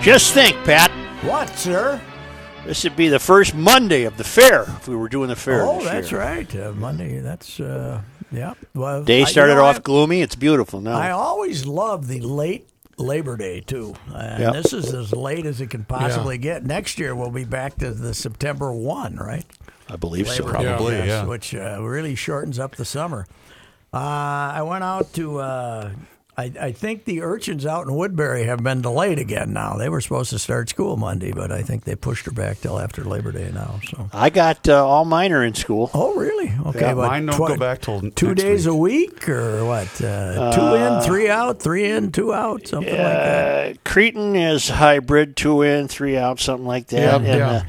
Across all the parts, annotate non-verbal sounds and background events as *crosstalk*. Just think, Pat. What, sir? This would be the first Monday of the fair if we were doing the fair. Oh, this that's year. right. Uh, Monday. That's uh, yeah. Well, I- Day you started know, off I- gloomy. It's beautiful now. I always love the late Labor Day too, and Yeah. this is as late as it can possibly get. Next year we'll be back to the September one, right? I believe so. Labor Day, Probably, yes, yeah. which uh, really shortens up the summer. Uh, I went out to. Uh, I, I think the urchins out in Woodbury have been delayed again now. They were supposed to start school Monday, but I think they pushed her back till after Labor Day now. So. I got uh, all mine are in school. Oh, really? Okay. Yeah, but mine don't go back till n- two next days week. a week or what? Uh, two in, three out, three in, two out, something like that. Uh, Cretan is hybrid, two in, three out, something like that. Yeah, and, yeah. Uh,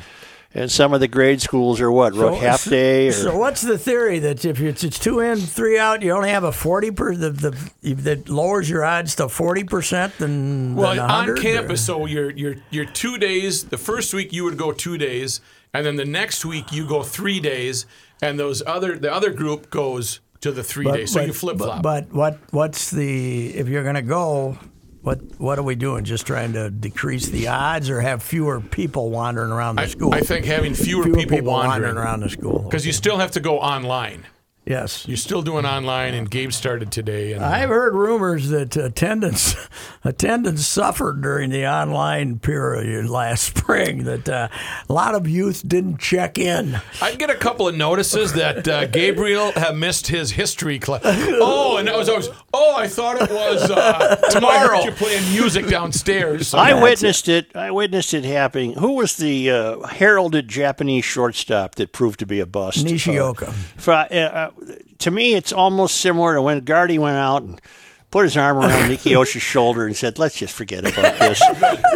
and some of the grade schools are what, Rook half day or So what's the theory that if it's, it's two in, three out, you only have a forty per the, the if that lowers your odds to forty percent than Well, than on 100, or- campus, so you're, you're, you're two days. The first week you would go two days, and then the next week you go three days, and those other the other group goes to the three days. So you flip flop. But what what's the if you're going to go? What what are we doing? Just trying to decrease the odds or have fewer people wandering around the I, school? I think having fewer, fewer people, wandering. wandering around the school because you still have to go online. yes You're still doing online, and Gabe started today. And I've heard rumors that attendance *laughs* attendance suffered during the online period last spring. That uh, a lot of youth didn't check in. I'd get a couple of notices that uh, Gabriel had missed his history class. Oh, and that was always. Oh, I thought it was uh, tomorrow. You're playing music downstairs. I witnessed it. I witnessed it happening. Who was the uh, heralded Japanese shortstop that proved to be a bust? Nishioka. Uh, fr- uh, uh, to me, it's almost similar to when Guardy went out and put his arm around *laughs* Nikiyoshi's shoulder and said, "Let's just forget about this."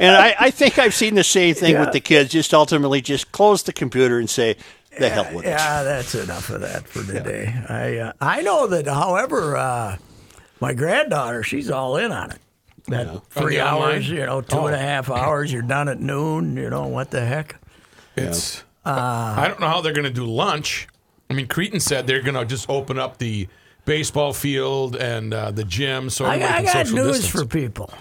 and I, I think I've seen the same thing with the kids. Just ultimately, just close the computer and say, "The hell with it." Yeah, that's enough of that for today. I uh, I know that. However, uh, my granddaughter, she's all in on it. That three the online? hours, you know, two and a half hours. You're done at noon. You know what the heck? It's. uh, I don't know how they're going to do lunch. I mean, Creighton said they're going to just open up the baseball field and uh, the gym, so I, everybody I can got social news distance. for people.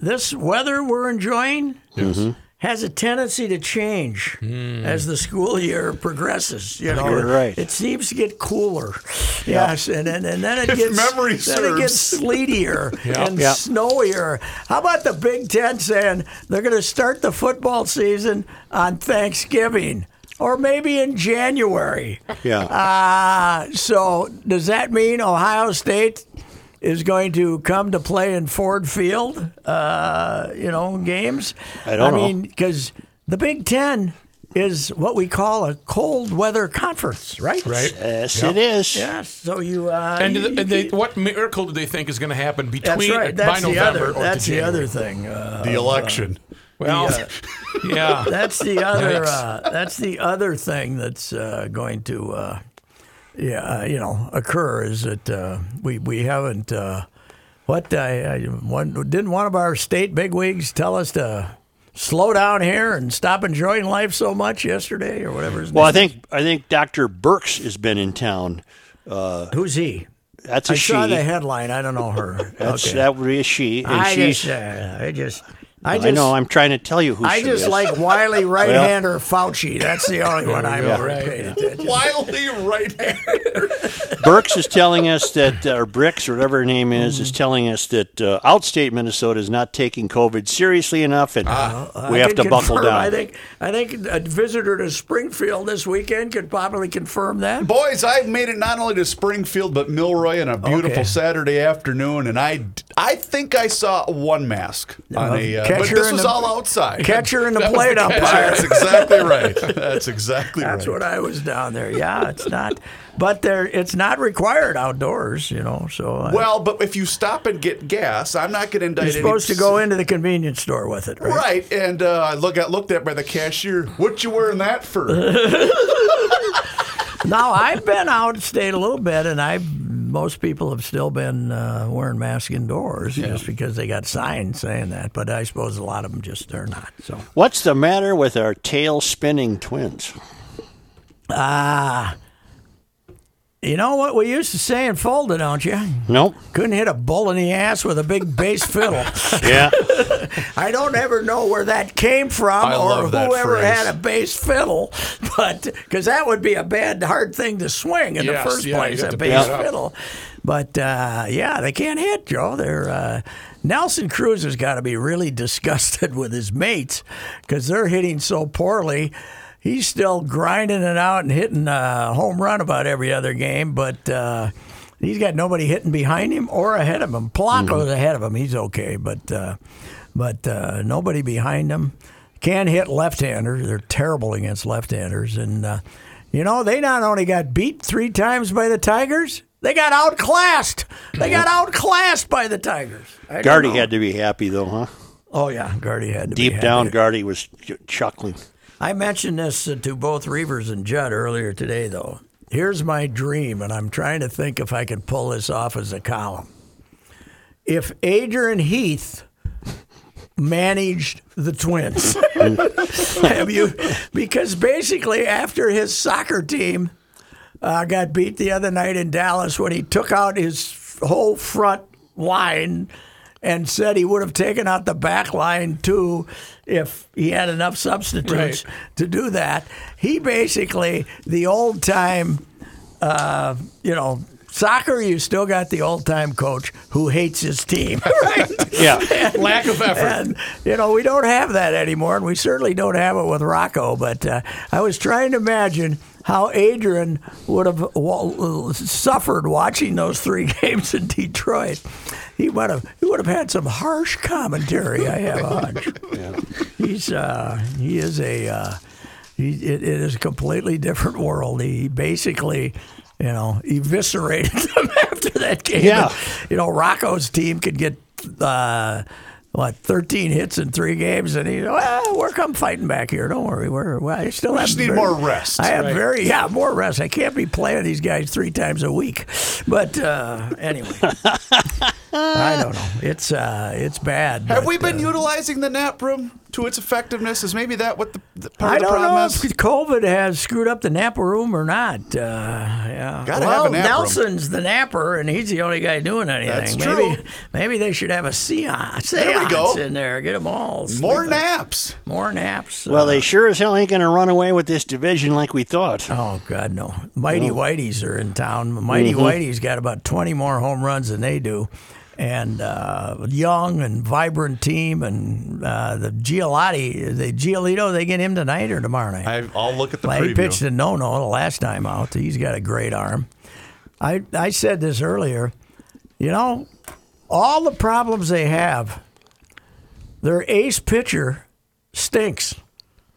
This weather we're enjoying Mm-hmm. has a tendency to change Hmm. as the school year progresses. You know, You're right. It seems to get cooler. Yes, and, and and then it If gets memory then it gets serves. *laughs* sleetier and Yeah. snowier. How about the Big Ten saying they're going to start the football season on Thanksgiving or maybe in January? Yeah. Uh, so does that mean Ohio State is going to come to play in Ford Field? Uh, you know, games. I don't know. mean, because the Big Ten is what we call a cold weather conference, right? Right. yes, it is. Yes. So you uh, And, you- do they- and they, what miracle do they think is going to happen that's between right. by That's the November other. or to That's the January? other thing. Uh, *laughs* The election. Well, *laughs* yeah. that's the other. Yikes. Uh, that's the other thing that's uh, going to, uh, yeah, uh, you know, occur is that uh, we we haven't. Uh, what I, I one didn't one of our state bigwigs tell us to slow down here and stop enjoying life so much yesterday or whatever. his Well, I name- think I think Dr. Burks has been in town. who's he? That's a I she. saw the headline. I don't know her. *laughs* That's okay. that would be a she, and I she's. just, uh, I just, I I, just, know. I'm trying to tell you who I she just is. *laughs* like Wiley right-hander Fauci. That's the only one I've ever paid attention. Wildly right Burks is telling us that, uh, or Bricks, or whatever her name is, Mm-hmm. is telling us that uh, outstate Minnesota is not taking COVID seriously enough, and we I have to can buckle confirm. down. Ah. I think, I think a visitor to Springfield this weekend could probably confirm that. Boys, I made it not only to Springfield but Milroy on a beautiful Okay. Saturday afternoon, and I, I think I saw one mask on a. Uh, but catcher this in was the- all outside. *laughs* Catcher in the That was the plate catcher. umpire. That's exactly right. That's exactly That's right. what I was down there. Yeah, it's not, but there, it's not required outdoors. You know, so I- well, but if you stop and get gas, I'm not going to indict. you're any- supposed to go into the convenience store with it, right? Right, and uh, I look got looked at by the cashier. What you wearing *laughs* that for? Now I've been out, stayed a little bit, and I most people have still been uh, wearing masks indoors just because they got signs saying that. But I suppose a lot of them just are not. So What's the matter with our tail spinning twins? you know what we used to say in Folda, don't you? *laughs* Nope. Couldn't hit a bull in the ass with a big bass fiddle. Yeah. I don't ever know where that came from I or love that whoever phrase. had a bass fiddle, but because that would be a bad, hard thing to swing in Yes, the first yeah, place, you'd have a to pick bass it up. fiddle. But uh, yeah, they can't hit, Joe. They're, uh, Nelson Cruz has got to be really disgusted with his mates because they're hitting so poorly. He's still grinding it out and hitting a home run about every other game, but. Uh, He's got nobody hitting behind him or ahead of him. Mm-hmm. Polanco's ahead of him. He's okay, but uh, but uh, nobody behind them can hit left-handers. They're terrible against left-handers, and uh, you know they not only got beat three times by the Tigers, they got outclassed. They got outclassed by the Tigers. I don't Gardy know. had to be happy though, huh? Oh yeah, Gardy had to be Deep happy. down, Gardy was ch- *laughs* chuckling. I mentioned this uh, to both Reavers and Judd earlier today, though. Here's my dream, and I'm trying to think if I can pull this off as a column. If Adrian Heath managed the Twins, have you? Because basically, after his soccer team uh, got beat the other night in Dallas, when he took out his whole front line and said he would have taken out the back line too if he had enough substitutes to do that. He basically the old time, uh, you know. Soccer, you still got the old time coach who hates his team, right? *laughs* Yeah. Lack of effort. And you know, we don't have that anymore, and we certainly don't have it with Rocco. But uh, I was trying to imagine how Adrian would have wa- suffered watching those three *laughs* games in Detroit. He would have he would have had some harsh commentary. I have a hunch. He's uh, he is a uh, he, it, it is a completely different world. He basically. You know, eviscerated *laughs* them after that game. Yeah. You know, Rocco's team could get uh, what thirteen hits in three games, and he well, we're come fighting back here. Don't worry, we're well, I still have just need very- more rest, I have very yeah more rest. I can't be playing these guys three times a week, but uh, *laughs* anyway, I don't know. It's uh, it's bad. Have but, we uh, been utilizing the nap room to its effectiveness? Is maybe that what the, the part I of the don't problem know if is? COVID has screwed up the Napa room or not. Uh, yeah. Gotta well, have a nap room. Nelson's the napper, and he's the only guy doing anything. That's maybe, true. maybe they should have a seance, There we go. seance in there. Get them all. More sleeping. naps. More naps. Well, Uh, they sure as hell ain't going to run away with this division like we thought. Oh God, no! Mighty Whiteys are in town. Mighty Mm-hmm. Whitey's got about twenty more home runs than they do, and uh, young and vibrant team. And uh, the Giolati, the Giolito, they get him tonight or tomorrow night. I, I'll look at the Well, preview. he pitched a no no the last time out. He's got a great arm. I I said this earlier. You know, all the problems they have, their ace pitcher stinks.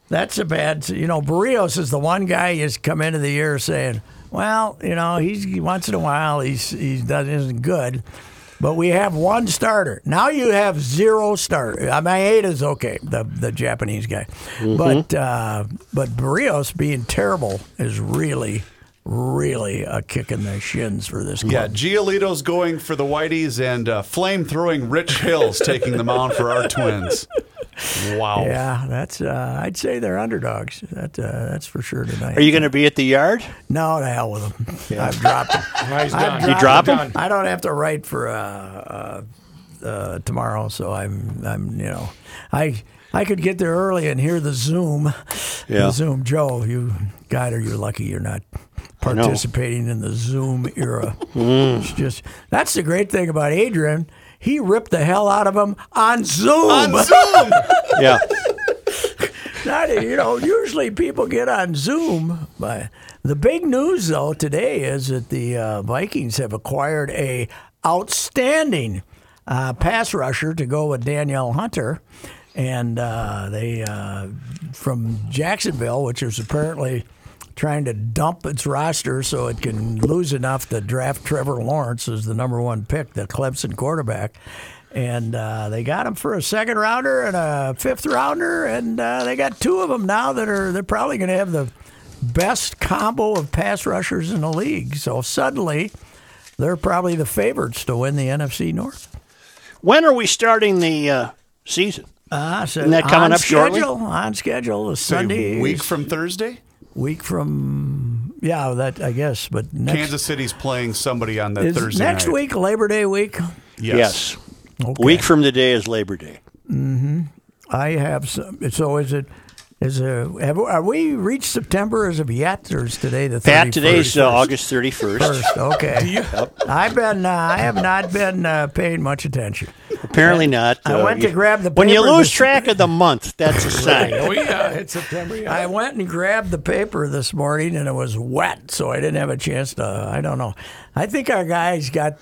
That's a bad. You know, Barrios is the one guy who's come into the year saying, "Well, you know, he's once in a while he's he's done isn't good." But we have one starter. Now you have zero starter. I mean, Ada's okay, the the Japanese guy, but uh, but Barrios being terrible is really, really a kick in the shins for this club. Yeah, Giolito's going for the Whiteys and uh, flame throwing Rich Hill's taking the mound for our twins. Wow. Yeah, that's. Uh, I'd say they're underdogs. That uh, that's for sure tonight. Are you going to be at the *laughs* yard? No, to hell *laughs* with them. I've dropped them. Now he's done. You drop him? Done. I don't have to write for uh, uh, uh, tomorrow, so I'm I'm you know I I could get there early and hear the Zoom, Yeah. the Zoom. Joe, you got her. You're lucky you're not participating in the Zoom *laughs* era. Mm. It's just that's the great thing about Adrian. He ripped the hell out of him on Zoom. On Zoom. Yeah. Not, you know, usually people get on Zoom. But the big news though today is that the uh, Vikings have acquired a outstanding uh, pass rusher to go with Danielle Hunter, and uh, they uh, from Jacksonville, which is apparently trying to dump its roster so it can lose enough to draft Trevor Lawrence as the number one pick, the Clemson quarterback. And uh, they got him for a second rounder and a fifth rounder, and uh, they got two of them now that are they're probably going to have the best combo of pass rushers in the league. So suddenly, they're probably the favorites to win the NFC North. When are we starting the uh, season? Ah, so Isn't that coming on up schedule, shortly? On schedule, Sunday Week from Thursday, week from yeah, that I guess, but next Kansas City's playing somebody on that Is Thursday next night. week Labor Day week? Yes. Okay. Week from today is Labor Day. I have some. So is it? Is there, have, are we reached September as of yet, or is today the 31st? Pat, today's uh, August 31st. First, *laughs* okay. I've been. Uh, I have not been uh, paying much attention. Apparently not. I Uh, went to you- grab the When you paper lose this- track of the month, *laughs* that's a sign. Oh yeah, it's September. Yeah. I went and grabbed the paper this morning, and it was wet, so I didn't have a chance to. I don't know. I think our guys got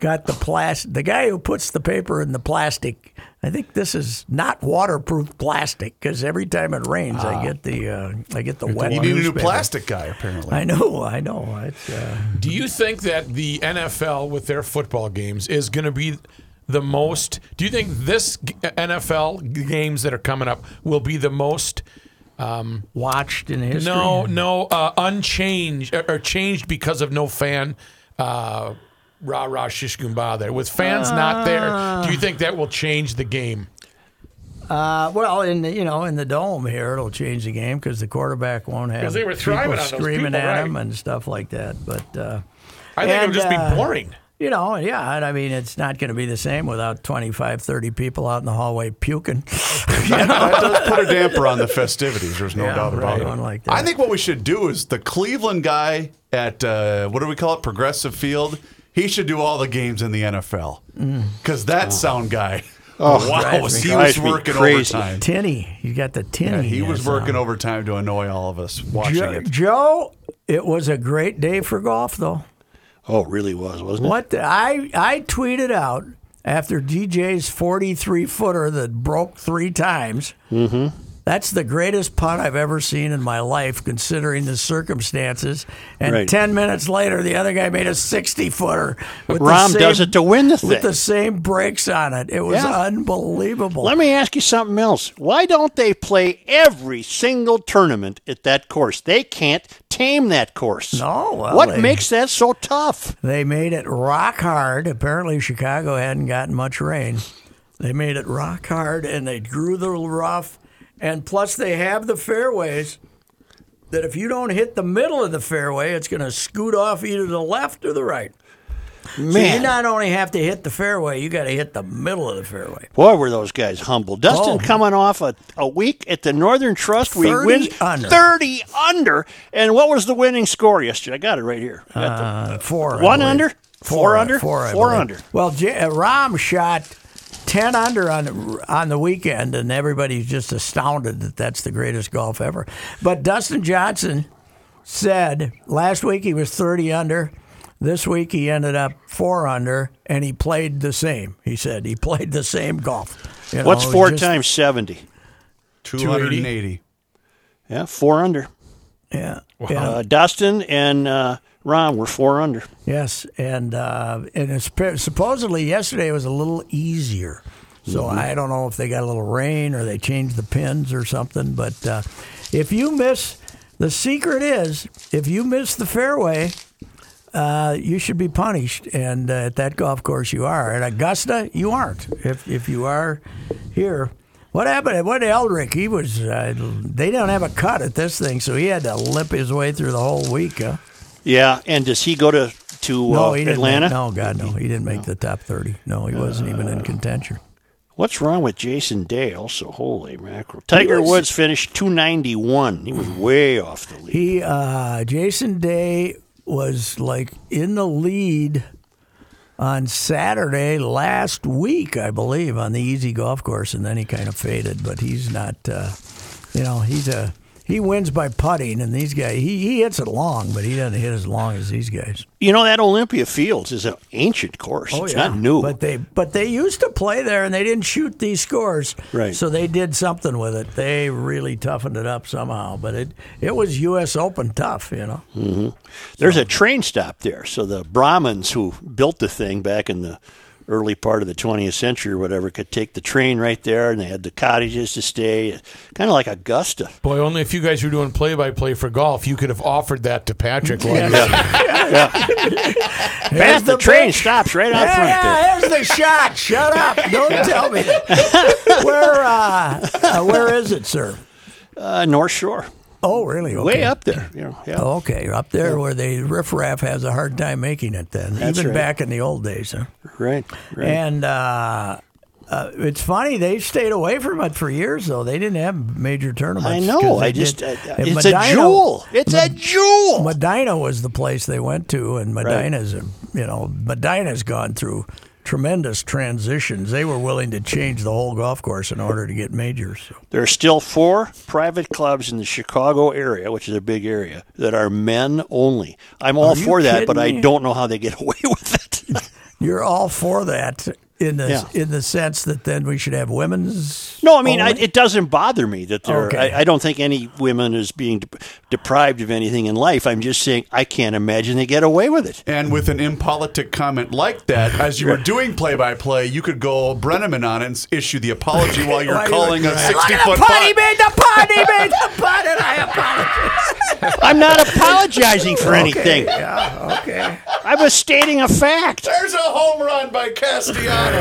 got the plastic. The guy who puts the paper in the plastic. I think this is not waterproof plastic because every time it rains, Ah. I get the uh, I get the wet. You need a new newspaper. plastic *laughs* guy, apparently. I know, I know. It's, uh, Do you think that the NFL with their football games is going to be the most? Do you think this g- NFL g- games that are coming up will be the most? Um, watched in history. no, no, uh, unchanged uh, or, or changed because of no fan. Uh, Rah rah shish kumbah there with fans not there. Do you think that will change the game? Uh, well, in the, you know, in the dome here, it'll change the game because the quarterback won't have 'Cause they were people thriving on those screaming people, at right. him and stuff like that. But uh, I think And, it'll just uh, be boring. you know, yeah, and I mean, it's not going to be the same without 25, 30 people out in the hallway puking. *laughs* *laughs* that does put a damper on the festivities. There's no Yeah, doubt about right, it. one like I that. think what we should do is the Cleveland guy at uh, what do we call it, Progressive Field. He should do all the games in the NFL because that sound guy. Oh, Mm. wow, drives was me- he was drives me working crazy. overtime. tinny, you got the tinny. Yeah, Uh, he was that's all. working overtime to annoy all of us watching Jo- it. Joe, it was a great day for golf, though. Oh, it really was, wasn't it? What the, I I tweeted out after DJ's 43 footer that broke three times. Mm-hmm. That's the greatest putt I've ever seen in my life, considering the circumstances. And Right. ten minutes later, the other guy made a 60 footer. with the Rahm same- does it to win the thing. with the same breaks on it. It was Yeah. unbelievable. Let me ask you something else. Why don't they play every single tournament at that course? They can't tame that course. No, well, what they- makes that so tough? They made it rock hard. Apparently, Chicago hadn't gotten much rain. They made it rock hard and they grew the rough. And plus, they have the fairways that if you don't hit the middle of the fairway, it's going to scoot off either the left or the right. So you Man, not only have to hit the fairway, you got to hit the middle of the fairway. boy, were those guys humble. Dustin Oh. coming off a, a week at the Northern Trust where he 30 wins under. 30 under. And what was the winning score yesterday? I got it right here. I got the- Uh, four. I One believe. under? Four under? Four, I Four believe. under. Well, J- uh, Rahm shot ten under on the, on the weekend, and everybody's just astounded that that's the greatest golf ever. But Dustin Johnson said last week he was thirty under. This week he ended up four under, and he played the same. He said he played the same golf. You know, What's it was four Oh, just- times 70? 280. Yeah, four under. Yeah. yeah. Uh, Dustin and uh, Ron were four under. Yes, and uh, and it's, pa- supposedly yesterday was a little easier. So I don't know if they got a little rain or they changed the pins or something. But uh, if you miss, the secret is if you miss the fairway, uh, you should be punished. And uh, at that golf course, you are. At Augusta, you aren't. If if you are here. What happened? What Eldrick? He was. Uh, they don't have a cut at this thing, so he had to limp his way through the whole week. Huh? Yeah, and does he go to to No, uh, he didn't. Atlanta? Make, no, God, no, he didn't make the top thirty. No, he wasn't even in contention. What's wrong with Jason Day? Also, holy mackerel! Tiger Woods finished 291. He was way off the lead. He, uh, Jason Day, was like in the lead on Saturday last week, I believe, on the easy golf course, and then he kind of faded. But he's not. Uh, you know, he's a. He wins by putting, and these guys, he, he hits it long, but he doesn't hit as long as these guys. You know that Olympia Fields is an ancient course. it's not new. Oh, But they but they used to play there and they didn't shoot these scores. Right. So they did something with it. They really toughened it up somehow. But it it was US Open tough, you know. There's a train stop there, so the Brahmins who built the thing back in the early part of the 20th century or whatever could take the train right there, and they had the cottages to stay, kind of like Augusta. Boy, only if you guys were doing play by play for golf, you could have offered that to Patrick. while he was- Pat, the, the train bitch. stops right out Yeah, front there. yeah, here's the shot. Shut up. Don't tell me. *laughs* Where uh, uh, where is it, sir? Uh, North Shore, Oh really? Okay. Oh. way up there. You know, yeah. Okay, up there where the riffraff has a hard time making it then. Oh. That's even right. back in the old days, huh? Right, right. And uh, uh, it's funny they stayed away from it for years, though they didn't have major tournaments. I 'cause know. they I just, did- I- I- and it's a Medina- jewel. It's a jewel. Medina was the place they went to, and Medina's, a you know, Medina's gone through tremendous transitions. They were willing to change the whole golf course in order to get majors. So. There are still four private clubs in the Chicago area, which is a big area, that are men only. I'm all you for that, but kidding I me? don't know how they get *laughs* away with it. You're all for that in the Yeah. in the sense that then we should have women's. No, I mean I, only? it doesn't bother me that there. Oh, Okay. I, I don't think any women is being de- deprived of anything in life. I'm just saying I can't imagine they get away with it. And with an impolitic comment like that, *laughs* as you were doing play by play, you could go Brenneman on it and s- issue the apology while *laughs* you're Why you- calling a 60 Look at foot the pot. He putt. made the pot. *laughs* He made the pot, and I apologize. I'm not apologizing for anything. Yeah. Okay. I was stating a fact. There's a home run by *laughs* Castellanos.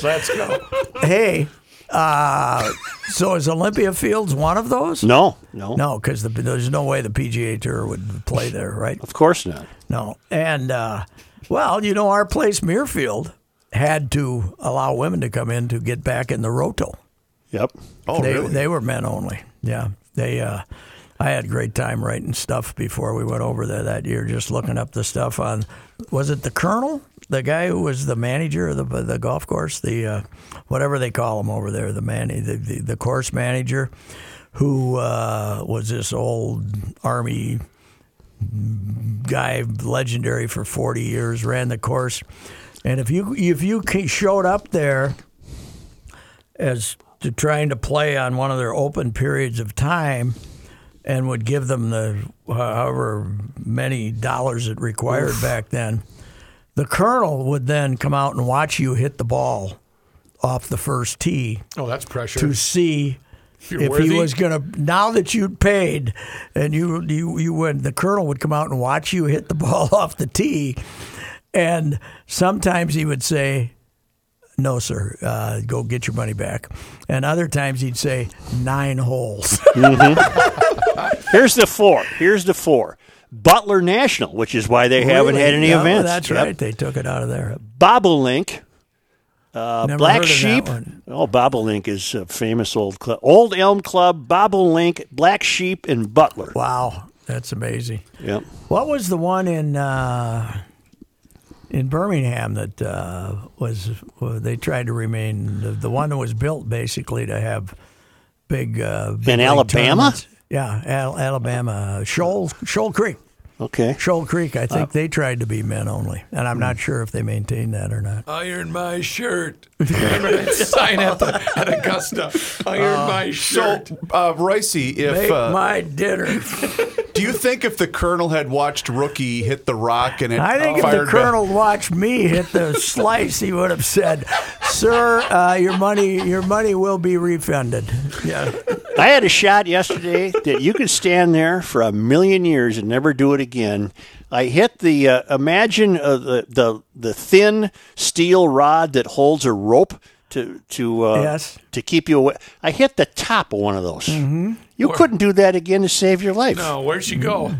Let's go. hey, uh, so is Olympia Fields one of those? No, no, No, because the, there's no way the PGA Tour would play there, right? Of course not. No. And, uh, well, you know, our place, Muirfield, had to allow women to come in to get back in the roto. Yep. Oh, they, really? they were men only. Yeah. They, uh, I had a great time writing stuff before we went over there that year, just looking up the stuff on, was it the Colonel? The guy who was the manager of the, the golf course, the uh, whatever they call him over there, the man, the, the, the course manager, who uh, was this old army guy, legendary for 40 years, ran the course. And if you if you ca- showed up there as to trying to play on one of their open periods of time and would give them the however many dollars it required back then, the colonel would then come out and watch you hit the ball off the first tee Oh, that's pressure. to see you're if worthy. he was gonna. Now that you'd paid, and you you you went, the colonel would come out and watch you hit the *laughs* ball off the tee, and sometimes he would say. No, sir. Uh, go get your money back. And other times he'd say nine holes. *laughs* Here's the four. Here's the four. Butler National, which is why they haven't had any Yeah, events. That's Yep. right. They took it out of there. Bobolink, Never Uh, Black heard of that Sheep. one. Oh, Bobolink is a famous old club. Old Elm Club, Bobolink, Black Sheep, and Butler. Wow, that's amazing. Yep. What was the one in uh, in Birmingham that uh, was well, they tried to remain the, the one that was built basically to have big uh, big league Alabama? tournaments? Yeah, Al- Alabama, Shoal Shoal Creek, Okay. Shoal Creek. I think they tried to be men only, and I'm not sure if they maintained that or not. Iron my shirt. Remember that *laughs* sign at, *laughs* the, at Augusta. Iron my So, shirt. uh, Royce, if Make uh, my *laughs* dinner. do you think if the Colonel had watched Rookie hit the rock and it I think if fired the colonel watched me hit the slice, he would have said, "Sir, uh, your money, your money will be refunded." Yeah, I had a shot yesterday that you could stand there for a million years and never do it again. I hit the uh, imagine uh, the, the the thin steel rod that holds a rope to to uh, Yes. Mm-hmm. to keep you away. I hit the top of one of those. You couldn't do that again to save your life. No, Oh, where'd she go?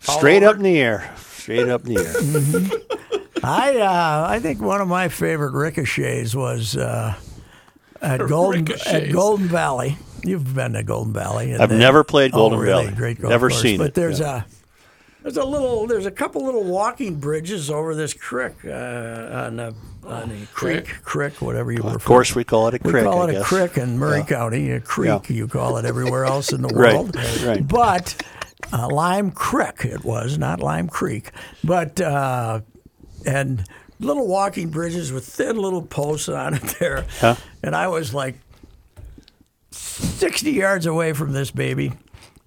Straight up in the air. Straight up in the air. I uh, I think one of my favorite ricochets was uh, at Golden at Ricochets. Golden Valley. You've been to Golden Valley. *laughs* and I've never played oh, Golden really Valley. Great golf Never course. seen but it, there's a there's a little there's a couple little walking bridges over this creek uh, on the on the creek creek whatever you Of refer. course, we call it a We crick. call I it a guess. creek in Murray County, a creek Yeah. you call it everywhere else in the *laughs* Right, world. right. But uh, Lime Creek it was, not Lime Creek, but uh, and little walking bridges with thin little posts on it there, and I was like sixty yards away from this baby,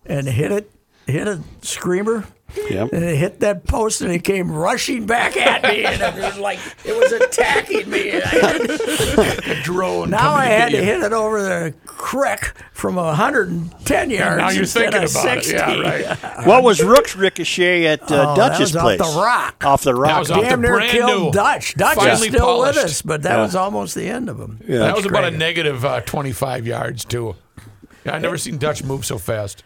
and hit it, hit a screamer. Yep. And it hit that post and it came rushing back at me and it was like it was attacking me. And I didn't- Drone. now I had to hit it over the creek from 110 yards. Now you're instead thinking of about 60. it. Yeah, right. What was Rook's ricochet at uh, Oh, that Dutch's was off place? the rock. Off the rock. That was off Damn the near brand killed new. Dutch. Dutch Finally is still polished. with us, but that was almost the end of him. Yeah. That was about a great. negative uh, 25 yards, too. Yeah, I've never seen Dutch move so fast.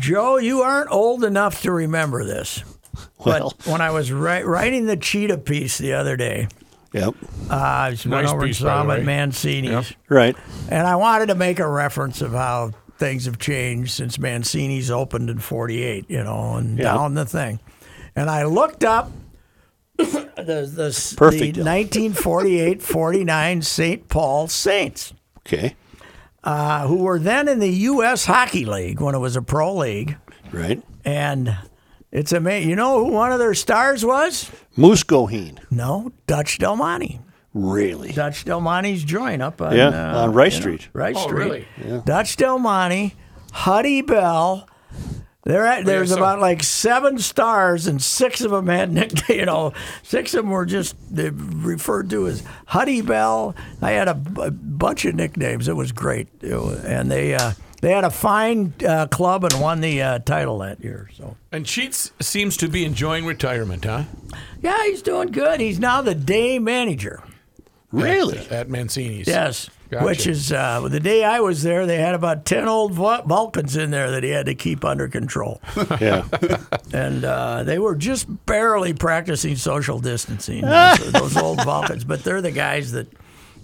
Joe, you aren't old enough to remember this. Well, When I was wri- writing the cheetah piece the other day, yep. uh, I just went Nice over piece, and by saw the him at way. Mancini's. Right. And I wanted to make a reference of how things have changed since Mancini's opened in 48, you know, and Yeah. down the thing. And I looked up *coughs* the, the, Perfect. the 1948 49 St. Paul Saints, Okay. uh, who were then in the U.S. Hockey League when it was a pro league. Right. And it's amazing. You know who one of their stars was? Moose Goheen. No, Dutch Del Monte. Really? Dutch Del Monte's joint up on, Yeah, uh, on Rice you know, Street. Rice Oh, Street. really? Dutch Del Monte, Huddy Bell. There, at, there's some- about like seven stars, and six of them had *laughs* nick- you know, six of them were just they referred to as Huddy Bell. I had a, b- bunch of nicknames. It was great, It wa- and they uh, they had a fine uh, club and won the uh, title that year. So And Sheets seems to be enjoying retirement, huh? yeah, he's doing good. He's now the day manager. Really? At, at Mancini's. Yes. Gotcha. Which is uh, the day I was there, they had about 10 old Vul- Vulcans in there that he had to keep under *laughs* control. Yeah. and uh, they were just barely practicing social distancing, *laughs* those, those old Vulcans. But they're the guys that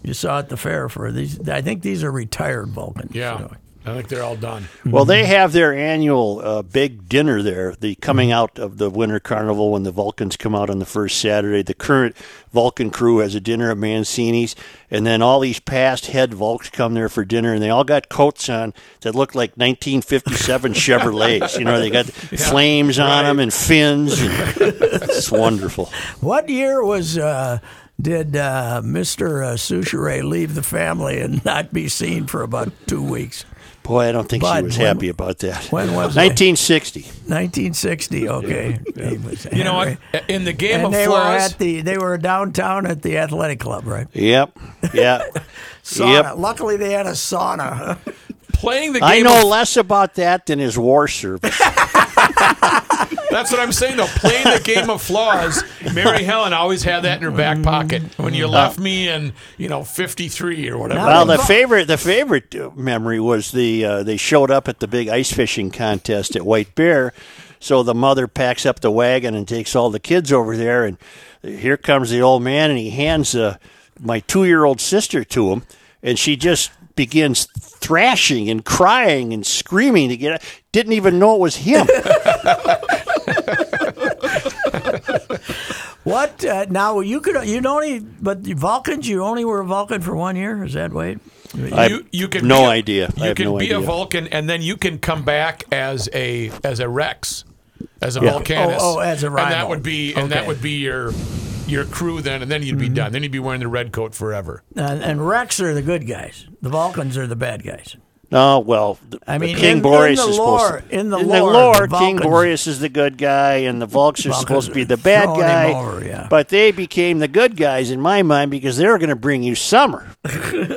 you saw at the fair for these. I think these are retired Vulcans. Yeah. So- I think they're all done. Well, they have their annual uh, big dinner there, the coming out of the Winter Carnival when the Vulcans come out on the first Saturday. The current Vulcan crew has a dinner at Mancini's, and then all these past head Vulcs come there for dinner, and they all got coats on that look like 1957 Chevrolets. You know, they got flames on them and fins. And it's wonderful. What year was. Uh, did uh, Mr. Uh, Souchere leave the family and not be seen for about two weeks? Boy, I don't think she Bud, was when- happy about that. when was it? 1960. 1960. Okay, *laughs* He was- You know what? Henry. In the game and of they were flaws, at the they were downtown at the athletic club, right? Yep. *laughs* Yeah. Sauna. Yep. Luckily, they had a sauna. *laughs* playing the game I know of less about that than his war service. That's what I'm saying, though. Playing the game of *laughs* flaws, Mary Helen always had that in her back pocket when Mm-hmm. you left me in, you know, 53 or whatever. Well, the favorite the favorite uh, memory was the uh, they showed up at the big ice fishing contest at White Bear, so the mother packs up the wagon and takes all the kids over there, and here comes the old man, and he hands uh, my two year old sister to him, and she just begins thrashing and crying and screaming to get didn't even know it was him. what uh, now? You could you don't even, but the Vulcans. You only were a Vulcan for one year. Is that right? I you, you can no be a- idea. You I have can no be a idea. Vulcan, and then you can come back as a as a Rex, as a Vulcanus. Oh, oh, as a And rival. that would be and Okay. that Mm-hmm. would be your your crew then, and then you'd be done. Uh, Then you'd be wearing the red coat forever. And, and Rex are the good guys. The Vulcans are the bad guys. No, well, th- I mean, King in- Boreas in the is lore- supposed to. in the lore, lore, the King Vulcans- Boreas is the good guy, *laughs* and the Vulcans are Vulcans supposed to be the are bad throwing him guy. over, yeah. But they became the good guys in my mind because they were going to bring you summer.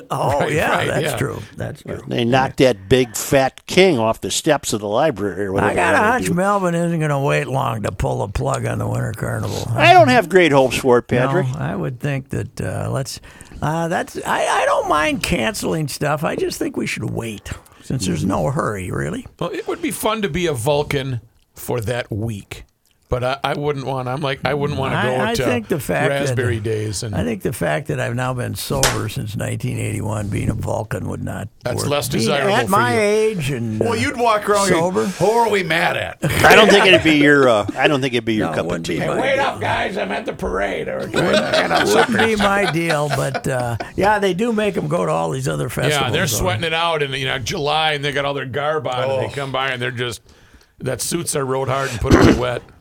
Oh yeah, right, that's yeah. true. That's true. They knocked that big fat king off the steps of the library or whatever. I got a they hunch do. Melvin isn't going to wait long to pull the plug on the Winter Carnival. I don't have great hopes for it, No, Patrick. I would think that uh, let's. Uh, that's I, I don't mind canceling stuff. I just think we should wait since there's no hurry, really. Well, it would be fun to be a Vulcan for that week, but I, I wouldn't want. I'm like I wouldn't want to go I- I to think the fact that- raspberry days, and I think the fact that I've now been sober since 1981, being a Vulcan would not. That's work. less Being desirable At for my you. age, and Well, uh, you'd walk around going, sober. Who are we mad *laughs* at? I don't think it'd be your. Uh, I don't think it'd be your No, cup of wouldn't tea. be my deal. up, guys! I'm at the parade. Or *laughs* Wouldn't be my deal, but uh, yeah, they do make them go to all these other festivals. yeah, they're though. sweating it out in you know July, and they got all their garb on, Oh. and they come by, and they're just that suits are rode hard and put away wet. *coughs*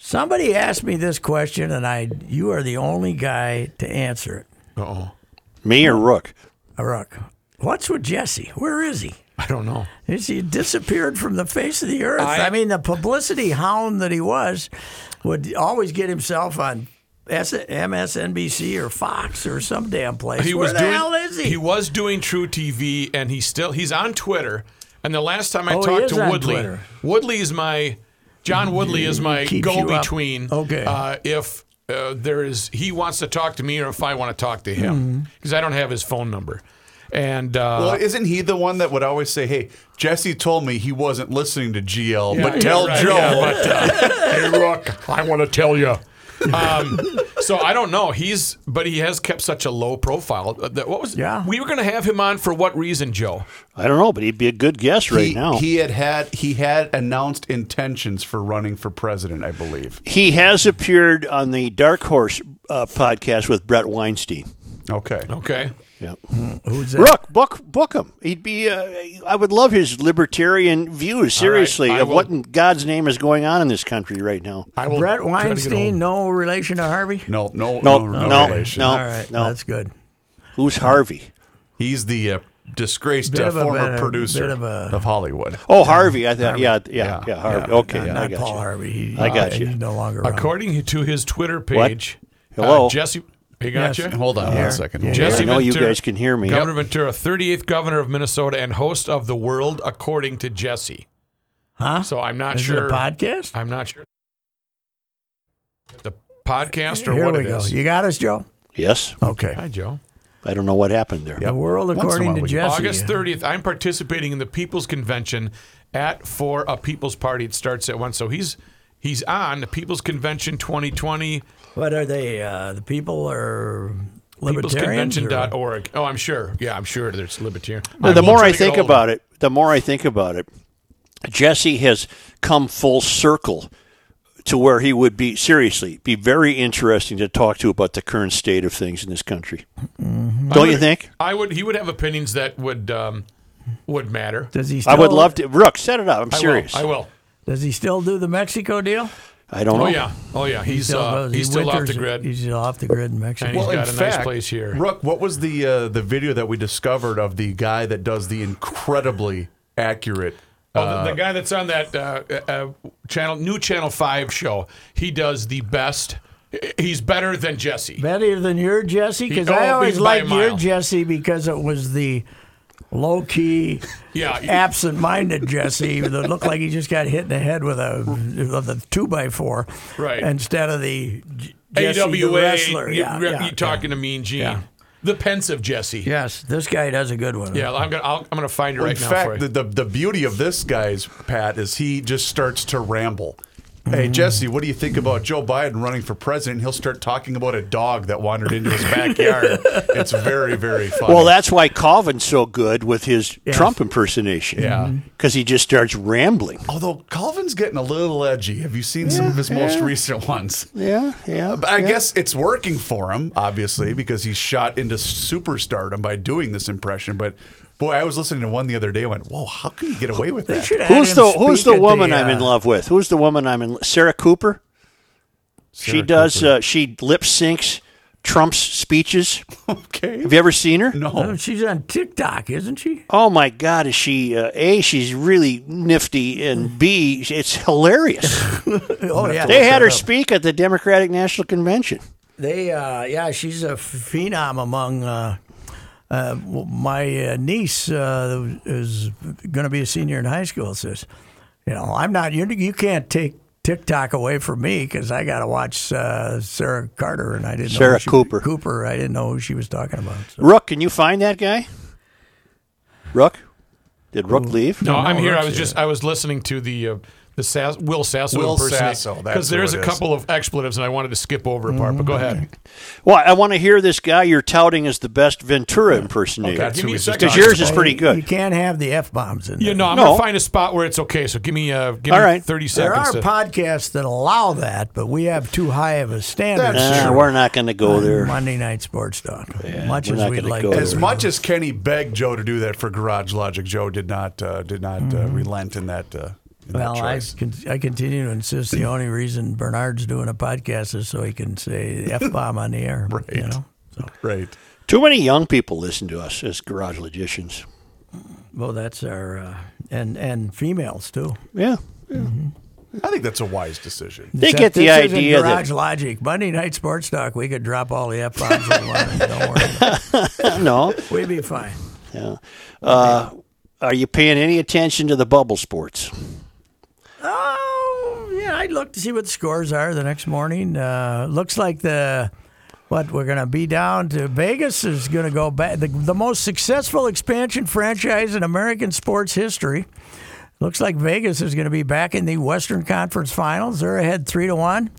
Somebody asked me this question, and I you are the only guy to answer it. Oh, Me or Rook? Aruck, what's with Jesse? Where is he? I don't know. Is he disappeared from the face of the earth? I- I, mean, the publicity hound that he was would always get himself on S- MSNBC or Fox or some damn place. He Where was the doing. hell is he? was doing True TV, and he's still he's on Twitter. And the last time I Oh, he talked is to on Woodley, Twitter. Woodley is my John Woodley is my Keeps you go up. between. Okay. Uh, if uh, there is he wants to talk to me, or if I want to talk to him, Mm-hmm. because I don't have his phone number. And uh, well, isn't he the one that would always say, Hey, Jesse told me he wasn't listening to GL, Yeah, but tell right, Joe. yeah, but, uh, hey, Rook, I want to tell you. Um, so I don't know. He's, but he has kept such a low profile. Uh, that- What was? Yeah. We were going to have him on for what reason, Joe? I don't know, but he'd be a good guess *laughs* right he, now. he had had he had announced intentions for running for president, I believe. He has appeared on the Dark Horse uh, podcast with Brett Weinstein. Okay. Okay. Yeah. Who's that? Rook, book book him. He'd be. Uh, I would love his libertarian views. Seriously, I of will- what in God's name is going on in this country right now? I will Brett try to get Weinstein, ahold- no relation to Harvey? No, no, No, no, no, no, relation. no. All right, no. that's good. Who's Harvey? He's the uh, disgraced Bit uh, of a- former bit of- producer bit of a- of Hollywood. Oh, Harvey. I thought. Yeah, yeah, yeah. Yeah. Harvey. Yeah. okay, Yeah. I Not got Paul you. Harvey. He- I got you. He's no longer around. According to his Twitter What? page, Hello? Uh, Jesse. You got Yes. you. Hold on one second. Yeah. I Jesse know you Ventura- guys can hear me. Governor Ventura, 38th governor of Minnesota and host of The World, according to Jesse. Huh? So I'm not Is sure. it a podcast? I'm not sure. The podcast or Here what we it go. is. You got us, Joe? Yes. Okay. Hi, Joe. I don't know what happened there. The world in a according while to we- Jesse. August 30th, I'm participating in the People's Convention at for a People's Party. It starts at one. So he's he's on the People's Convention 2020, What are they? Uh, the people are libertarians? or- peoplesconvention.org. Oh, I'm sure. Yeah, I'm sure there's libertarian. Well, the more I think about it, the more I think about it, Jesse has come full circle to where he would be seriously be very interesting to talk to about the current state of things in this country. Don't you think? I would. He would have opinions that would um, would matter. Does he? Still, I would love to. Rook, set it up. I'm I will. serious. I will. Does he still do the Mexico deal? I don't know. Oh yeah. Oh yeah. He's still uh, does. He he's still off winters- the grid. He's still off the grid in Mexico. And he's got a nice place here. Rook, what was the uh, the video that we discovered of the guy that does the incredibly accurate? Oh, the, the guy that's on that uh, uh, uh, channel, new Channel Five show, he does the best. He's better than Jesse. Better than your Jesse, because He- I oh, always he's by a liked your mile. Jesse because it was the low key, *laughs* Yeah, you- absent-minded Jesse that looked like he just got hit in the head with a with a two by four, Right. Instead of the J- Jesse the AWA, wrestler. you, yeah, you yeah, talking to Mean Gene, the pensive Jesse. Yeah, Yes, this guy does a good one. I'm gonna I'll, I'm gonna find it In right now for fact, you. the, the the beauty of this guy's Pat is he just starts to ramble. Mm. Hey Jesse, what do you think about Joe Biden running for president? And he'll start talking about a dog that wandered into his *laughs* backyard. it's very, very funny. Well, that's why Calvin's so good with his Yes. Trump impersonation. Yeah. Because he just starts rambling. Although Calvin's getting a little edgy. Have you seen some of his most recent ones? Yeah, yeah. But I guess it's working for him, obviously, because he's shot into superstardom by doing this impression. But boy, I was listening to one the other day. and Went, whoa, how can you get away with They that? should have Who's him the Who's speak the at woman I'm uh, in love with? Who's the woman I'm in? Sarah Cooper. she Sarah does. Cooper. Uh, she lip syncs Trump's speeches. *laughs* Okay. Have you ever seen her? No. She's on TikTok, isn't she? Oh my God! Is she uh, a? She's really nifty, and b? It's hilarious. Oh yeah, They had her speak at the Democratic National Convention. They, uh, yeah, she's a phenom among. Uh, uh, w- my uh, niece uh, is going to be a senior in high school. Says, you know, I'm not. You, you can't take TikTok away from me because I got to watch uh, Sarah Carter, and I didn't. know Sarah who she- Cooper. Cooper. I didn't know who she was talking about. So. Rook, can you find that guy? Rook, did Mm. Rook leave? No, I'm here. I was just I was listening to the uh, the Sass, Will Sasso Will impersonate Sasso, that's because who there's it a is. couple of expletives and I wanted to skip over a part. But go ahead. Well, I want to hear this guy you're touting as the best Ventura impersonator. That's Give who me we a just second. Because yours is pretty You good. can't have the f bombs in there. Yeah, no, I'm No. gonna find a spot where it's okay. So give me uh, give All me right. 30 there seconds. are to- podcasts that allow that, but we have too high of a standard. That's Uh, Sure. We're not going to go there. Monday Night Sports Talk. much we're as not we'd gonna like go to. As much as Kenny begged Joe to do that for Garage Logic, Joe did not uh, did not uh, Mm-hmm. relent in that. Uh, in Well, that I, choice. con- I continue to insist the only reason Bernard's doing a podcast is so he can say the F bomb on the air. Right. You know? So, right. Too many young people listen to us as garage logicians. well, that's our, uh, and, and females too. Yeah. I think that's a wise decision. They get Except the this isn't idea that Garage Logic, Monday Night Sports Talk, we could drop all the F bombs we wanted. Don't worry. *laughs* about it. no. Uh, We'd be fine. Are you paying any attention to the bubble sports? Oh, yeah. I look to see what the scores are the next morning. Uh, looks like the what we're going to be down to Vegas is going to go back. The, the most successful expansion franchise in American sports history. Looks like Vegas is going to be back in the Western Conference Finals. They're ahead three to one.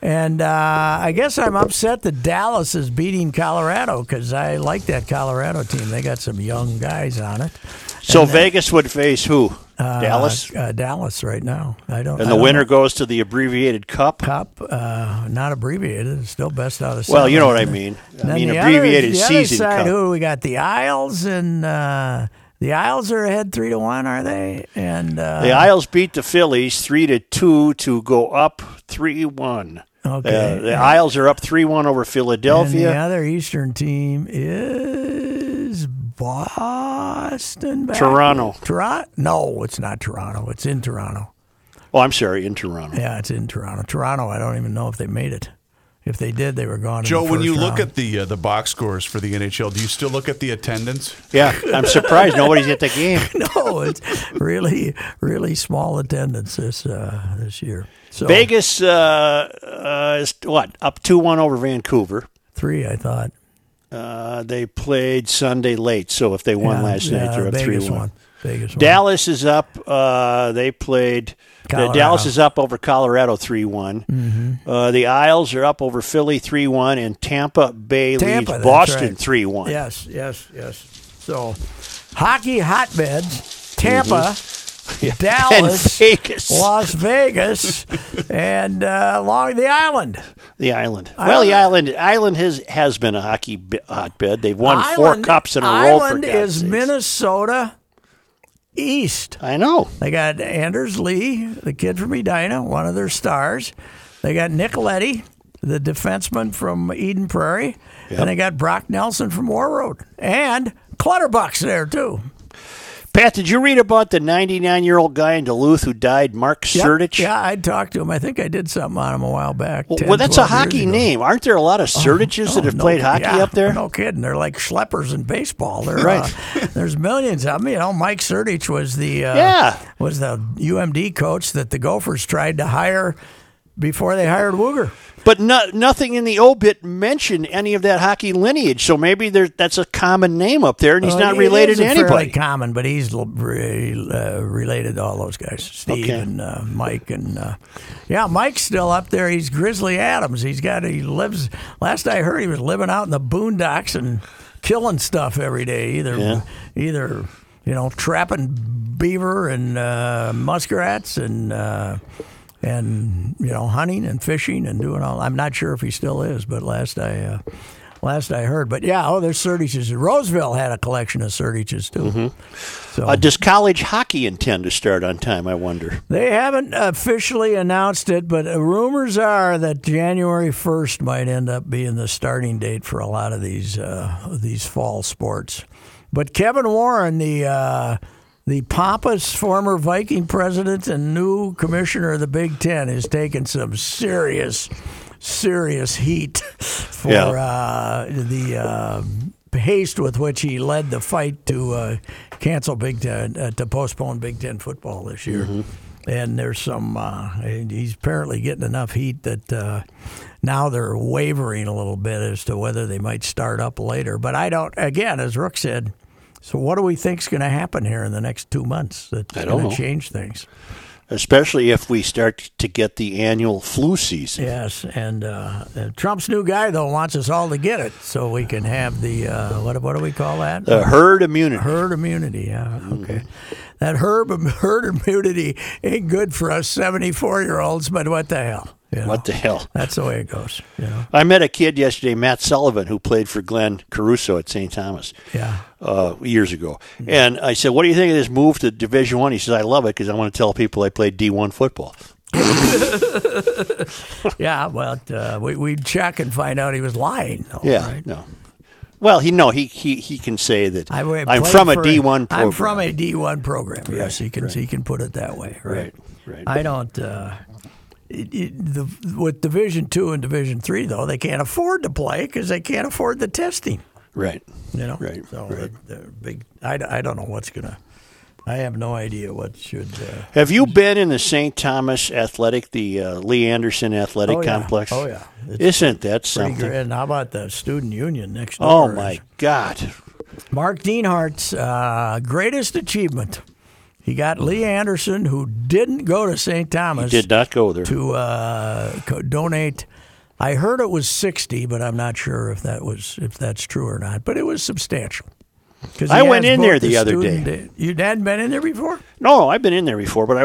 And uh, I guess I'm upset that Dallas is beating Colorado because I like that Colorado team. They got some young guys on it. So Vegas would face who? Dallas. Uh, Dallas right now. I don't. And I the don't winner know. goes to the abbreviated cup. Cup, uh, not abbreviated, it's still best out of seven. Well, you know what I mean. And I mean the abbreviated other, the season Other side, cup. Who do we got? The Isles and uh, the Isles are ahead three to one, are they? And uh, The Isles beat the Phillies three to two to go up three one. Uh, Okay. the Isles are up three one over and the Philadelphia. other Eastern team is Boston. Back? Toronto. Toronto? No, it's not Toronto. It's in Toronto. Oh, I'm sorry, in Toronto. Yeah, it's in Toronto. Toronto. I don't even know if they made it. If they did, they were gone. in the Joe, when first you look round. at the uh, the box scores for the NHL, do you still look at the attendance? Yeah, I'm surprised nobody's *laughs* at the game. no, it's really, really small attendance this uh, this year. So Vegas uh, uh, is what up two one over Vancouver. three, I thought. Uh, they played Sunday late, so if they won Yeah, last night, yeah, they're up three Vegas one. won. Vegas won. Dallas is up. Uh, they played. uh, Dallas Colorado. Mm-hmm. is up over Colorado 3 one Uh, the Isles are up over Philly three one, and Tampa Bay Tampa, leads that's Boston right. three one. *laughs* Yes, yes, yes. So, hockey hotbeds, Tampa, *laughs* Dallas, Mm-hmm. *laughs* And Vegas. Las Vegas, and uh, along the island. The Island. Well, the Island Island has has been a hockey bi- hotbed. They've won four Island- cups in a row. Island for God's is sakes. Minnesota East. I know. They got Anders Lee, the kid from Edina, one of their stars. They got Nicoletti, the defenseman from Eden Prairie. And they got Brock Nelson from War Road. And Clutterbuck's there, too. Pat, did you read about the 99 year old guy in Duluth who died, Mark Sertich? Yeah, I talked to him. I think I did something on him a while back. Well, 10, well, that's a 12 years hockey ago. name. Aren't there a lot of Sertiches that Oh, have no- played hockey yeah, Oh, up there? No kidding. They're like schleppers in baseball. They're, Right. uh, there's millions of them. You know, Mike Sertich was the uh, Yeah. was the UMD coach that the Gophers tried to hire before they hired Wooger. But no, nothing in the obit mentioned any of that hockey lineage. So maybe there, that's a common name up there, and he's Well, not Uh, it related is to a fairly anybody. common, but he's l- re- uh, related to all those guys, Steve Okay. and uh, Mike, and uh, yeah, Mike's still up there. He's Grizzly Adams. He's got he lives. Last I heard, he was living out in the boondocks and killing stuff every day. Either Yeah. either you know trapping beaver and uh, muskrats and. Uh, and you know hunting and fishing and doing all i'm not sure if he still is but last i uh, last I heard. But yeah, oh, there's Sertiches. Roseville had a collection of Sertiches too. So Uh, does college hockey intend to start on time? I wonder. they haven't officially announced it, but uh, rumors are that January 1st might end up being the starting date for a lot of these uh, these fall sports. But Kevin Warren, the uh, the pompous former Viking president and new commissioner of the Big Ten, is taking some serious serious heat *laughs* for Yeah. uh, the uh, haste with which he led the fight to uh, cancel Big Ten, uh, to postpone Big Ten football this year. Mm-hmm. And there's some, uh, and he's apparently getting enough heat that uh, now they're wavering a little bit as to whether they might start up later. But I don't, again, as Rook said, so what do we think's going to happen here in the next two months that's I don't going know. to change things? Especially if we start to get the annual flu season. Yes, and uh, uh, Trump's new guy though wants us all to get it so we can have the uh, what? What do we call that? The herd immunity. herd immunity. Yeah, Mm-hmm. okay. That herb herd immunity ain't good for us seventy-four year olds, but what the hell? you know? What the hell? That's the way it goes. You know? I met a kid yesterday, Matt Sullivan, who played for Glenn Caruso at St. Thomas Yeah. uh, years ago. And I said, "What do you think of this move to Division One?" He says, "I love it because I want to tell people I played D1 football." Yeah. Well, uh, we we check and find out he was lying. Though, Yeah, right? no. Well, he no, he he, he can say that I I would am play from a for- D1 program. I'm from a D1 program. yes, he can he can put it that way. Right. Right, right. I don't. Uh, it, it, the, with Division Two and Division Three, though, they can't afford to play because they can't afford the testing. right. You know. Right, So right. They're, they're big. I, d- I don't know what's gonna. I have no idea what should. Uh, Have you been in the St. Thomas Athletic, the uh, Lee Anderson Athletic Oh, yeah. Complex? Oh, yeah. It's Isn't that pretty something? great. And how about the student union next door? Oh is my God! Mark Deanhart's uh, greatest achievement. He got Lee Anderson, who didn't go to St. Thomas, Did not go there. to uh, co- donate. I heard it was sixty, but I'm not sure if that was if that's true or not. But it was substantial. 'Cause I he went has in both there the other student- You hadn't been in there before. No, I've been in there before, but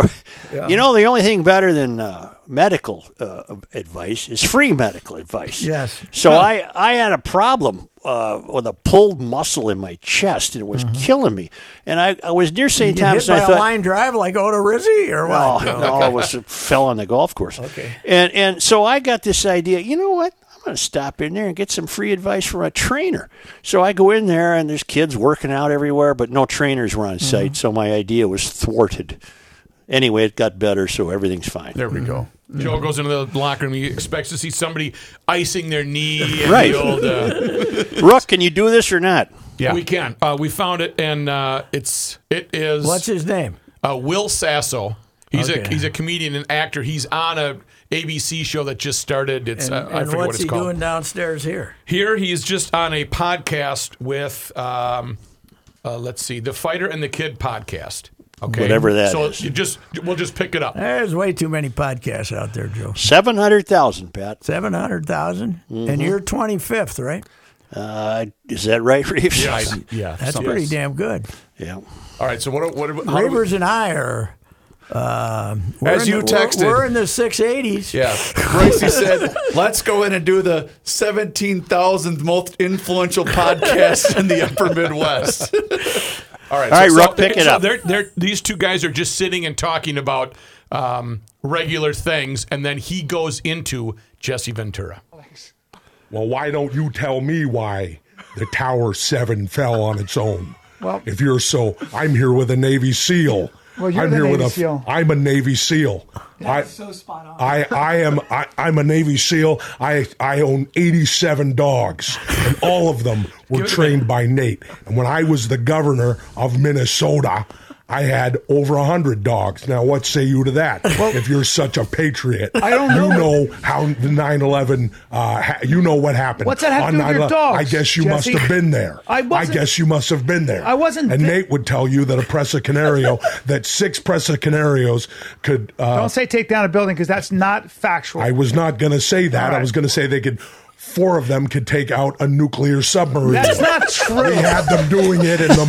I, *laughs* you know, the only thing better than uh, medical uh, advice is free medical advice. Yes. So I, I had a problem uh, with a pulled muscle in my chest, and it was killing me. And I, I was near St. Mm-hmm. You hit Thomas, by and I a thought, line drive like Oda Rizzi or no, what? no, I was fell on the golf course. Okay. And and so I got this idea. You know what? I'm going to stop in there and get some free advice from a trainer. So I go in there, and there's kids working out everywhere, but no trainers were on site. So my idea was thwarted. Anyway, it got better, so everything's fine. There we go. Joe goes into the locker room. He expects to see somebody icing their knee. And Right. The old, uh, Rook, can you do this or not? Yeah. We can. Uh, we found it, and uh, it's it is What's his name? uh, Will Sasso. He's a Okay. he's a comedian and actor. He's on a ABC show that just started. It's And, uh, I and forget what's what it's he called. doing downstairs here? Here he's just on a podcast with, um, uh, let's see, the Fighter and the Kid podcast. Okay, Whatever that so is. you just we'll just pick it up. There's way too many podcasts out there, Joe. Seven hundred thousand, Pat. Seven Mm-hmm. and you're twenty fifth, right? Uh, is that right, Reeves? Yeah, I- yeah. That's something. pretty damn good. *laughs* yeah. All right. So what? What? what how do we, Ravers and I are. Uh, we're As in you the, we're- texted. we're, in the six eighties. yeah. Gracie said, "Let's go in and do the seventeen thousandth most influential podcast in the Upper Midwest." All right. All right, so- Rook, pick it so up. They're, they're, these two guys are just sitting and talking about um, regular things, and then he goes into Jesse Ventura. Well, why don't you tell me why the Tower 7 fell on its own? Well, if you're so, I'm here with a Navy SEAL. Well, you're I'm the here with Navy a, SEAL. I'm a Navy SEAL. I, so spot on. I, I am I, I'm a Navy SEAL. I I own 87 dogs, and all of them were trained by Nate. And when I was the governor of Minnesota, I had over 100 dogs. Now, what say you to that? if you're such a patriot, I don't know. You know how the 9/11. Uh, ha- you know what happened. What's that have to on do with your 9/11? dogs, I guess you Jesse? must have been there. I wasn't- guess you must have been there. I wasn't And thi- Nate would tell you that a presa canario, *laughs* that six presa canarios could uh, Don't say take down a building because that's not factual. I was not going to say that. I was going to say they could. Four of them could take out a nuclear submarine. that's *laughs* not We true. had them doing it in the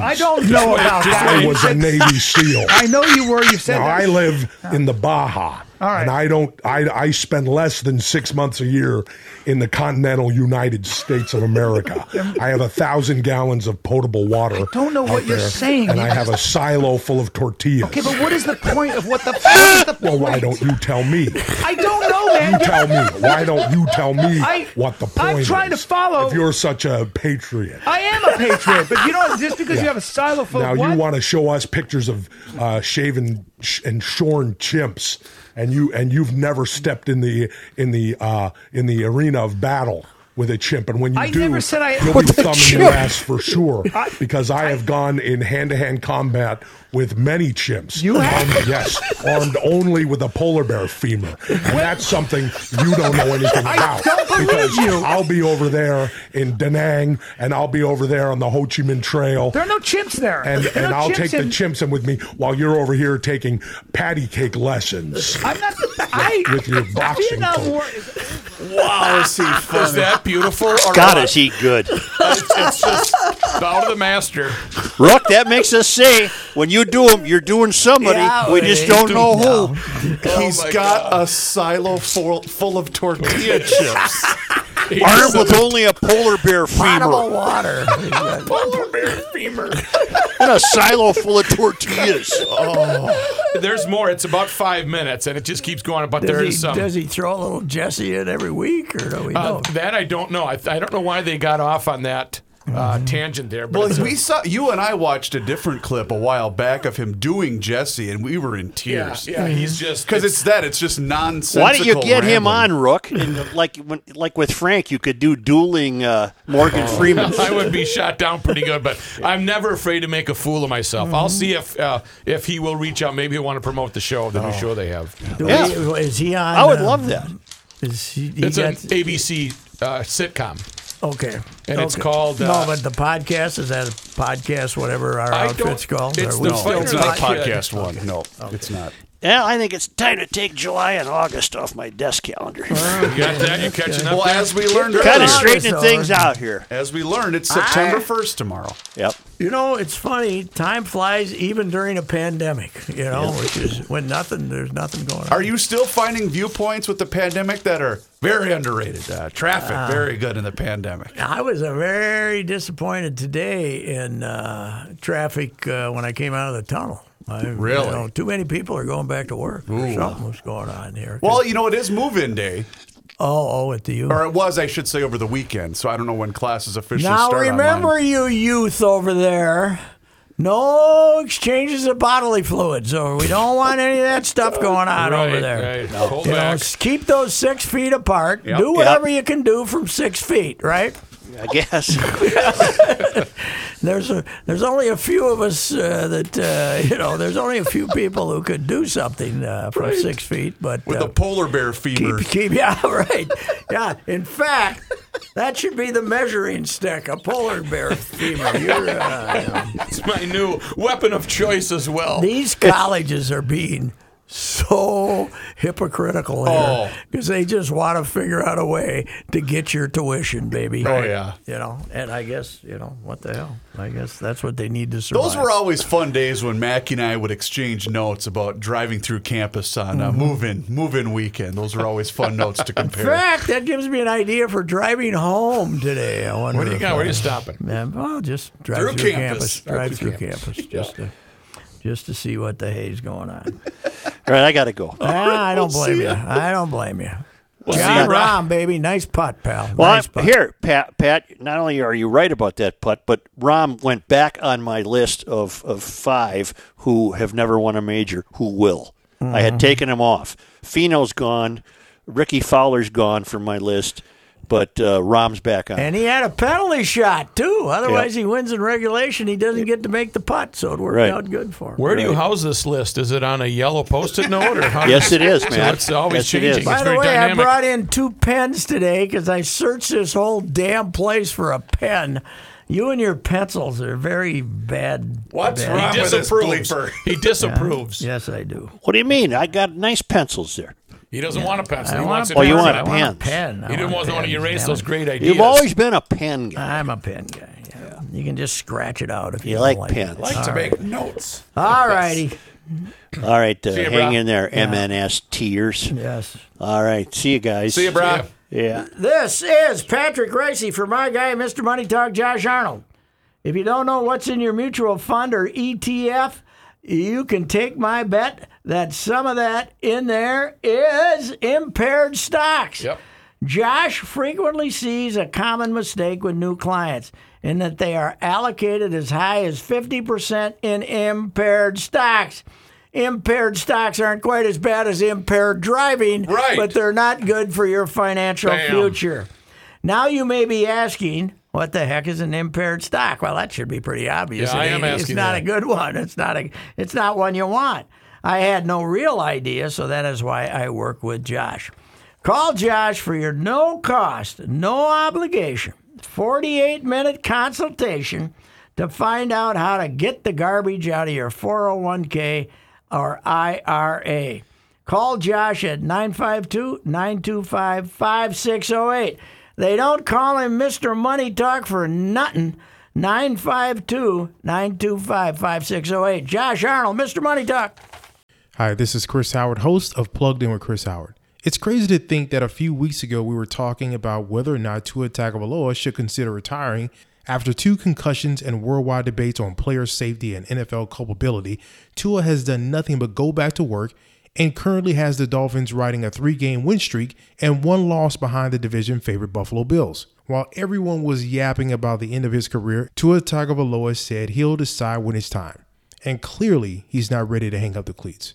*laughs* I don't *laughs* know about I was a that. Navy SEAL. I know you were. You said Now that. I live in the Baja, All right. And I don't. I I spend less than six months a year in the continental United States *laughs* of America. I have a thousand gallons of potable water. I don't know what you're saying. And You I have a just- silo full of tortillas. Okay, but what is the point of *laughs* what the? What is the well, why point? don't you tell me? I don't know, man. You tell me. Why don't you tell me I- what the point I'm trying is to follow- If you're such a patriot. I am a patriot, but you know, just because you have a silo full now of what? you want to show us pictures of uh, shaven sh- and shorn chimps, and you and you've never stepped in the in the uh, in the arena of battle with a chimp. And when you I do, never said I- you'll be With a thumbing your chimp. ass for sure, because I, have gone in hand to hand combat with many chimps. You have? Armed- yes, armed only with a polar bear femur, and that's something you don't know anything I about. don't believe because you. I'll be over there in Da Nang, and I'll be over there on the Ho Chi Minh Trail there are no chimps there. and, There are and no I'll chimps take the in- chimps in with me while you're over here taking patty cake lessons. I'm not. *laughs* I With your the boxing Vietnam coat. War is- Wow, is he funny? Is that beautiful? Or God, not? is he good? It's, it's just bow to the master. Look, that makes us say when you do them, you're doing somebody. Yeah, we just we don't do know who. He's oh my got God. a silo full, full of tortilla chips. He's Armed so with only a polar bear femur Potable water. *laughs* polar bear femur. and a silo full of tortillas. There's more. It's about five minutes, and it just keeps going. But there does, he, is some. does he throw a little Jesse in every week, or do we Uh, know? that I don't know. I, I don't know why they got off on that Mm-hmm. uh, tangent there. But Well, it's a- we saw you and I watched a different clip a while back of him doing Jesse, and we were in yeah, tears. Mm-hmm. yeah, he's just Because it's that, it's just nonsensical. Why don't you get him on, rambling. Rook? And like when, like with Frank, you could do dueling uh, Morgan *laughs* Freeman. I would be shot down pretty *laughs* good, but I'm never afraid to make a fool of myself. I'll Mm-hmm. see if uh, if he will reach out. Maybe he'll want to promote the show, the new Oh. show they have. Do yeah. we- is he on? I would uh, love that. Is he, he It's an got- ABC uh, sitcom. okay. and it's Okay. called, no, uh, but the podcast is that a podcast, whatever our I don't- outfit's called. it's Are we the still fighter It's not a Not yet. podcast one. No, it's not. Yeah, I think it's time to take July and August off my desk calendar. You got that? You're catching up. Well, as we learned kind earlier, of August straightening over. things out here. as we learned, it's September 1st tomorrow. Yep. You know, it's funny. Time flies even during a pandemic. You know, which is when nothing, there's nothing going on. Are you still finding viewpoints with the pandemic that are very underrated? Uh, traffic, very good in the pandemic. I was uh, very disappointed today in uh, traffic uh, when I came out of the tunnel. I, you Really? know, too many people are going back to work. Or something was going on here. Well, you know, it is move-in day, oh, oh, at the U. or it was, I should say, over the weekend. So I don't know when classes officially Now start. remember, online. you youth over there, no exchanges of bodily fluids, or we don't want any of that stuff going on over Right, there. right. Hold You know, back. s- keep those six feet apart. Yep. Do whatever you can do from six feet, right? I *laughs* guess. There's a, there's only a few of us uh, that uh, *laughs* you know. There's only a few people who could do something uh, from six feet, but with uh, the polar bear *laughs* fever. keep, keep, yeah, right, yeah. In fact, that should be the measuring stick, a polar bear femur. You're, uh, you know. It's my new weapon of choice as well. These colleges are being so hypocritical here Oh. because they just want to figure out a way to get your tuition, baby. Oh, yeah. you know. And I guess you know what the hell. I guess that's what they need to survive. Those were always fun days when Mackie and I would exchange notes about driving through campus on Mm-hmm. uh, move-in move-in weekend. Those were always fun notes *laughs* to In compare. fact, that gives me an idea for driving home today. I wonder. What do you if got? Where are I- you stopping? Man, well, just drive Through through, campus. campus. Drive Drive through through campus, campus. *laughs* just to just to see what the hay's going *laughs* on. All right, I gotta go. Well, Ah, I don't blame you. I don't blame you. John Rahm, baby, nice putt, pal. nice putt. here, Pat. Pat, not only are you right about that putt, but Rom went back on my list of, of five who have never won a major who will. I Mm-hmm. had taken him off. Fino's gone. Ricky Fowler's gone from my list, but uh, Rom's back on. And he had a penalty shot too. Otherwise, he wins in regulation. He doesn't get to make the putt, so it worked Right. out good for him. Where do you house this list? Is it on a yellow post-it note or how *laughs* Yes, it is, man. So it's always Yes, it is. changing. By It's the very way, dynamic. I brought in two pens today because I searched this whole damn place for a pen. You and your pencils are very bad. What's bad. wrong? he with this disapproves. bleeper. He disapproves. Yes, I do. What do you mean? I got nice pencils there. He doesn't want a pencil. I He want wants a a Oh, you pencil. want I a want pens. a pen. I He didn't want want a to pen. erase Damn those it. great ideas. You've always been a pen guy. I'm a pen guy. Yeah. You can just scratch it out if you, You don't like it. pens. like to make notes. All righty. All right, uh, See ya, hang brah. in there, MNS tears. Yes. All right, see you guys. See you, bro. Yeah. This is Patrick Racy for my guy, Mr. Money Talk, Josh Arnold. If you don't know what's in your mutual fund or ETF, you can take my bet that some of that in there is impaired stocks. Yep. Josh frequently sees a common mistake with new clients in that they are allocated as high as 50% in impaired stocks. Impaired stocks aren't quite as bad as impaired driving, Right. but they're not good for your financial Bam. future. Now you may be asking, what the heck is an impaired stock? Well, that should be pretty obvious. Yeah, I It am ain't- It's asking not that. a good one. It's not a. It's not one you want. I had no real idea, so that is why I work with Josh. Call Josh for your no cost, no obligation, 48 minute consultation to find out how to get the garbage out of your 401k or IRA. Call Josh at 952 925 5608. They don't call him Mr. Money Talk for nothing. 952 925 5608. Josh Arnold, Mr. Money Talk. Hi, this is Chris Howard, host of Plugged In with Chris Howard. It's crazy to think that a few weeks ago we were talking about whether or not Tua Tagovailoa should consider retiring after two concussions and worldwide debates on player safety and NFL culpability. Tua has done nothing but go back to work and currently has the Dolphins riding a three game win streak and one loss behind the division favorite Buffalo Bills. While everyone was yapping about the end of his career, Tua Tagovailoa said he'll decide when it's time and clearly he's not ready to hang up the cleats.